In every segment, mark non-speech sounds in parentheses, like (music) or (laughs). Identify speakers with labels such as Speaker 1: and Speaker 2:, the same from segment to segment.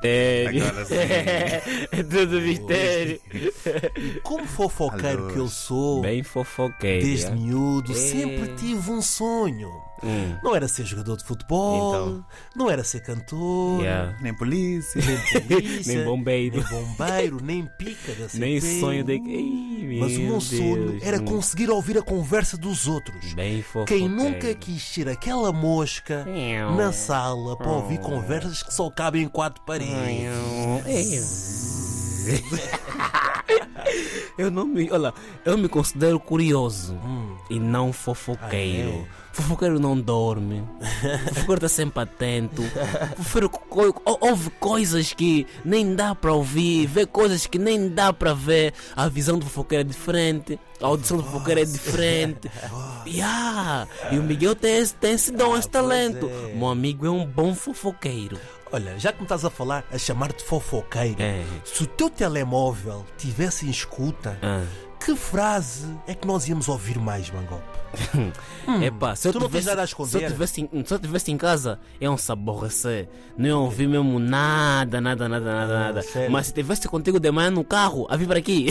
Speaker 1: Mistério.
Speaker 2: Agora sim.
Speaker 1: (laughs) É tudo mistério.
Speaker 3: Como fofoqueiro que eu sou,
Speaker 1: Bem fofoqueiro.
Speaker 3: desde
Speaker 1: é?
Speaker 3: miúdo,
Speaker 1: É.
Speaker 3: sempre tive um sonho.
Speaker 1: Hum.
Speaker 3: Não era ser jogador de futebol,
Speaker 2: Então.
Speaker 3: não era ser cantor,
Speaker 1: Yeah.
Speaker 2: Nem polícia.
Speaker 3: (laughs)
Speaker 1: (laughs)
Speaker 3: polícia,
Speaker 1: Nem bombeiro.
Speaker 3: nem bombeiro, nem pica da CP.
Speaker 1: Nem sonho de. Ih,
Speaker 3: Mas o meu
Speaker 1: meu
Speaker 3: sonho
Speaker 1: Deus.
Speaker 3: era
Speaker 1: Hum.
Speaker 3: conseguir ouvir a conversa dos outros.
Speaker 1: Bem fofoqueiro.
Speaker 3: Quem nunca quis ser aquela mosca na sala para
Speaker 1: Oh.
Speaker 3: ouvir conversas que só cabem em quatro paredes.
Speaker 1: É. Eu não me. Olha, lá, eu me considero curioso e não fofoqueiro. Fofoqueiro não dorme. fofoqueiro está sempre atento. Fofoqueiro co- ou- ouve coisas que nem dá para ouvir, vê coisas que nem dá para ver. A visão do fofoqueiro é diferente, a audição do fofoqueiro é diferente. Yeah. E o Miguel tem esse, tem esse dom, esse talento.
Speaker 3: é.
Speaker 1: Meu amigo é um bom fofoqueiro.
Speaker 3: Olha, já que me estás a falar, a chamar-te fofoqueiro,
Speaker 1: É.
Speaker 3: se o teu telemóvel tivesse em escuta,
Speaker 1: Ah.
Speaker 3: que frase é que nós íamos ouvir mais, Mangope?
Speaker 1: Epá, se eu
Speaker 3: Hum. tu não tens
Speaker 1: tivesse,
Speaker 3: nada a
Speaker 1: se eu
Speaker 3: esconder?
Speaker 1: tivesse, em- se eu tivesse em casa, é um saborrecer. Não ia ouvir mesmo nada, nada, nada, nada, nada.
Speaker 3: sério?
Speaker 1: Mas se tivesse contigo de manhã no carro, a vir para
Speaker 3: (laughs)
Speaker 1: aqui.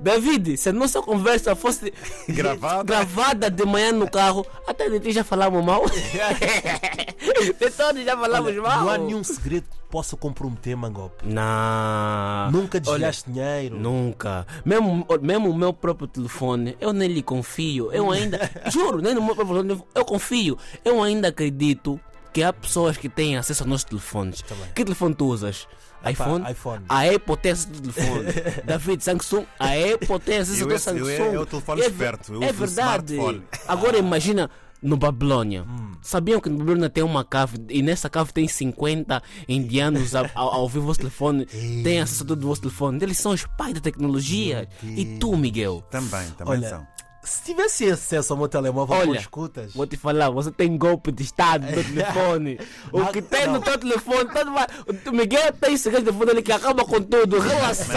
Speaker 1: David, se a nossa conversa fosse
Speaker 2: Gravada.
Speaker 1: gravada de manhã no carro, até de ti já falamos
Speaker 3: (laughs)
Speaker 1: mal. de todos já falamos mal.
Speaker 3: Não há nenhum segredo que possa comprometer, Mangope.
Speaker 1: Não.
Speaker 3: Nunca
Speaker 1: Ah, Olha,
Speaker 3: desviaste dinheiro.
Speaker 1: Nunca. Mesmo, mesmo o meu próprio telefone, eu nem lhe confio. Eu
Speaker 2: (laughs)
Speaker 1: ainda. juro, nem no meu próprio telefone. Eu confio. Eu ainda acredito que há pessoas que têm acesso aos nossos telefones. Que telefone tu usas? iPhone?
Speaker 3: iPhone.
Speaker 1: A Apple tem acesso ao
Speaker 2: (laughs)
Speaker 1: telefone. David Samsung, a Apple tem acesso
Speaker 2: Eu
Speaker 1: ao
Speaker 2: esse- eu
Speaker 1: Samsung.
Speaker 2: é- é o telefone
Speaker 1: ver-
Speaker 2: esperto, eu
Speaker 1: é
Speaker 2: uso o
Speaker 1: verdade.
Speaker 2: smartphone.
Speaker 1: Agora imagina no Babilônia.
Speaker 2: Hum.
Speaker 1: Sabiam que no Babilônia tem uma cave e nessa cave tem 50 indianos a, a, a ouvir o vosso telefone, tem acesso a todo o vosso telefone. Eles são os pais da tecnologia. E tu, Miguel?
Speaker 2: Também, também
Speaker 3: Olha,
Speaker 2: são.
Speaker 3: se tivesse acesso ao meu telemóvel
Speaker 1: Olha,
Speaker 3: com escutas,
Speaker 1: Vou te falar, você tem golpe de estado no
Speaker 2: (laughs)
Speaker 1: telefone. O que tem no teu telefone, tanto vai- o Miguel tem esse grande telefone ali que acaba com tudo. Relação,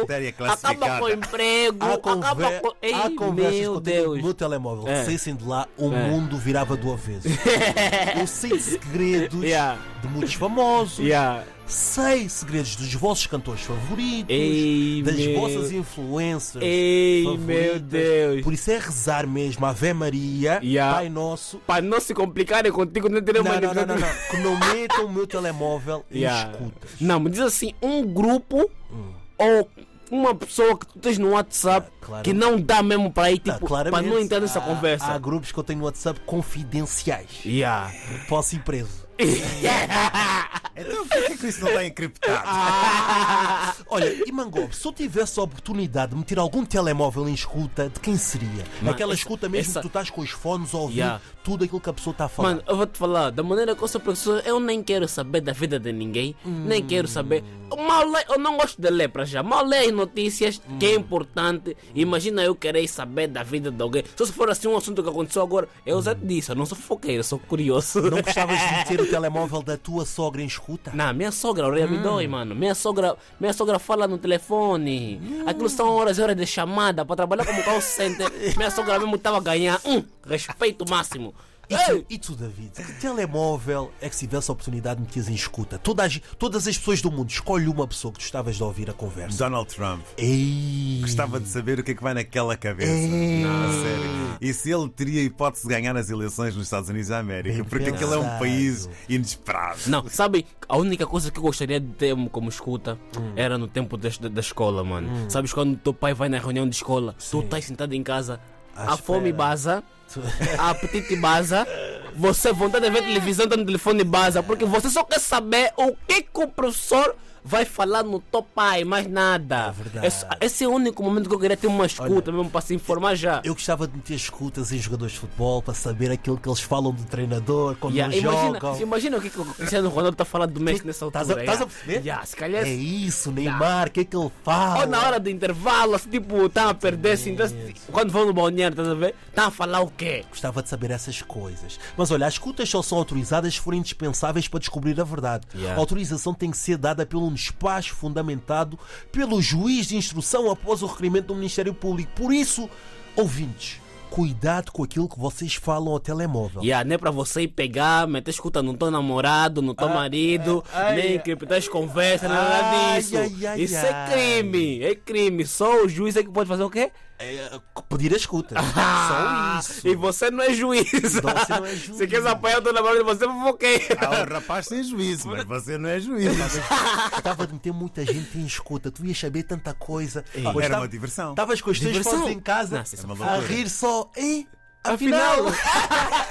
Speaker 2: Matéria
Speaker 1: acaba
Speaker 2: classificada.
Speaker 1: com o emprego,
Speaker 3: há,
Speaker 1: acaba
Speaker 3: conver...
Speaker 1: com. Ei,
Speaker 3: há conversas
Speaker 1: meu
Speaker 3: que eu tenho
Speaker 1: Deus.
Speaker 3: no telemóvel.
Speaker 1: É.
Speaker 3: Saíssem de lá, o
Speaker 1: É.
Speaker 3: mundo virava do
Speaker 1: (laughs)
Speaker 3: avesso. eu sei segredos
Speaker 1: Yeah.
Speaker 3: de muitos famosos,
Speaker 1: Yeah.
Speaker 3: sei segredos dos vossos cantores favoritos,
Speaker 1: Ei,
Speaker 3: das
Speaker 1: meu-
Speaker 3: vossas influências.
Speaker 1: Ei,
Speaker 3: favoritas.
Speaker 1: meu Deus.
Speaker 3: Por isso é rezar mesmo, Ave Maria,
Speaker 1: Yeah.
Speaker 3: Pai Nosso.
Speaker 1: Para não se complicarem contigo, não
Speaker 3: Não,
Speaker 1: teremos
Speaker 3: não, não, não, não. Que não metam o meu telemóvel e
Speaker 1: Yeah.
Speaker 3: escutas.
Speaker 1: Não, me diz assim, um grupo ou uma pessoa que tu tens no WhatsApp
Speaker 3: Hum. Ah, claro.
Speaker 1: que não dá mesmo para ir,
Speaker 3: Tá,
Speaker 1: tipo, para
Speaker 3: claramente, Ah,
Speaker 1: não entrar nessa
Speaker 3: há-
Speaker 1: conversa.
Speaker 3: Há grupos que eu tenho no WhatsApp confidenciais. (laughs)
Speaker 1: Yeah. (laughs)
Speaker 3: Posso ir preso.
Speaker 2: Então por que, que isso não está encriptado?
Speaker 3: Olha, e Mangob, se eu tivesse a oportunidade de meter algum telemóvel em escuta, de quem seria?
Speaker 1: Mano,
Speaker 3: Aquela
Speaker 1: essa-
Speaker 3: escuta mesmo
Speaker 1: essa-
Speaker 3: que tu estás com os fones a ouvir
Speaker 1: Yeah.
Speaker 3: tudo aquilo que a pessoa está a falar.
Speaker 1: Mano, eu vou te falar, da maneira que eu sou professor, eu nem quero saber da vida de ninguém,
Speaker 3: Hum.
Speaker 1: nem quero saber. Eu Mal leio, eu não gosto de ler para já, mal leio notícias,
Speaker 3: Hum.
Speaker 1: que é importante. Imagina eu querer saber da vida de alguém. Só se for assim um assunto que aconteceu agora, eu já te disse, eu não sou fofoqueiro, eu sou curioso.
Speaker 3: Hum. Não gostavas
Speaker 1: (laughs)
Speaker 3: de meter o telemóvel da tua sogra em escuta?
Speaker 1: Não, minha sogra, a orelha me dói, mano. Minha sogra, minha sogra fala no telefone. Aquilo são horas e horas de chamada para trabalhar como call center. minha sogra mesmo estava a ganhar um respeito máximo.
Speaker 3: E tu,
Speaker 1: Ei!
Speaker 3: e tu, David, que telemóvel é que se tivesse a oportunidade de meteres em escuta? Todas, todas as pessoas do mundo, escolhe uma pessoa que tu estavas de ouvir a conversa.
Speaker 2: Donald Trump.
Speaker 3: Ei!
Speaker 2: Gostava de saber o que é que vai naquela cabeça. A sério. E se ele teria hipótese de ganhar nas eleições nos Estados Unidos da América? Porque aquele é um
Speaker 3: pensado.
Speaker 2: país inesperado.
Speaker 1: Não, sabe, a única coisa que eu gostaria de ter como escuta
Speaker 3: Hum.
Speaker 1: era no tempo das- da, da escola, mano. Sabes quando teu pai vai na reunião de escola, tu estás sentado em casa, a fome baza, a apetite baza, você vontade de ver televisão, tá no telefone baza, porque você só quer saber o que, que o professor vai falar no teu pai, mais nada.
Speaker 3: verdade.
Speaker 1: Esse, esse é o único momento que eu queria ter uma escuta mesmo para se informar já.
Speaker 3: Eu gostava de meter escutas em jogadores de futebol para saber aquilo que eles falam do treinador quando
Speaker 1: Yeah,
Speaker 3: eles
Speaker 1: imagina,
Speaker 3: jogam.
Speaker 1: imagina o que, que o Cristiano Ronaldo está falando do Messi nessa altura.
Speaker 3: Estás a- estás a
Speaker 1: yeah.
Speaker 3: perceber?
Speaker 1: Yeah, se calhar
Speaker 3: É isso, Neymar, o que é que ele fala?
Speaker 1: Ou na hora do intervalo, assim, tipo, estão a perder, assim, então, quando vão no balneário, estás a ver? Estão a falar o quê?
Speaker 3: Gostava de saber essas coisas. Mas olha, as escutas só são autorizadas se forem indispensáveis para descobrir a verdade.
Speaker 1: Yeah.
Speaker 3: A autorização tem que ser dada por um despacho fundamentado pelo juiz de instrução após o requerimento do Ministério Público. Por isso, ouvintes, Cuidado com aquilo que vocês falam ao telemóvel.
Speaker 1: Yeah, não é para você ir pegar, tá meter escuta no teu namorado, no teu marido,
Speaker 3: ai,
Speaker 1: nem
Speaker 3: Ah, é, ai,
Speaker 1: criptar conversas, nada
Speaker 3: ai,
Speaker 1: disso.
Speaker 3: ai, ai,
Speaker 1: Isso
Speaker 3: ai.
Speaker 1: é crime, é crime. Só o juiz é que pode fazer o quê?
Speaker 3: É, pedir a escuta. Só isso.
Speaker 1: E você não é juiz.
Speaker 3: Não, você
Speaker 1: (laughs)
Speaker 3: não é juiz.
Speaker 1: Se queres apanhar o teu namorado, você é fofoqueiro.
Speaker 2: Há um rapaz sem juízo, mas você não é juiz.
Speaker 3: Estava a meter muita gente em escuta. Tu ias saber tanta coisa. Pois
Speaker 2: Era
Speaker 3: tava-
Speaker 2: uma diversão.
Speaker 3: Estavas com os teus
Speaker 1: Diversão.
Speaker 3: fones em casa
Speaker 1: Nossa, isso é
Speaker 2: uma
Speaker 3: a
Speaker 2: loucura.
Speaker 3: rir só. E
Speaker 1: Afinal.
Speaker 3: afinal.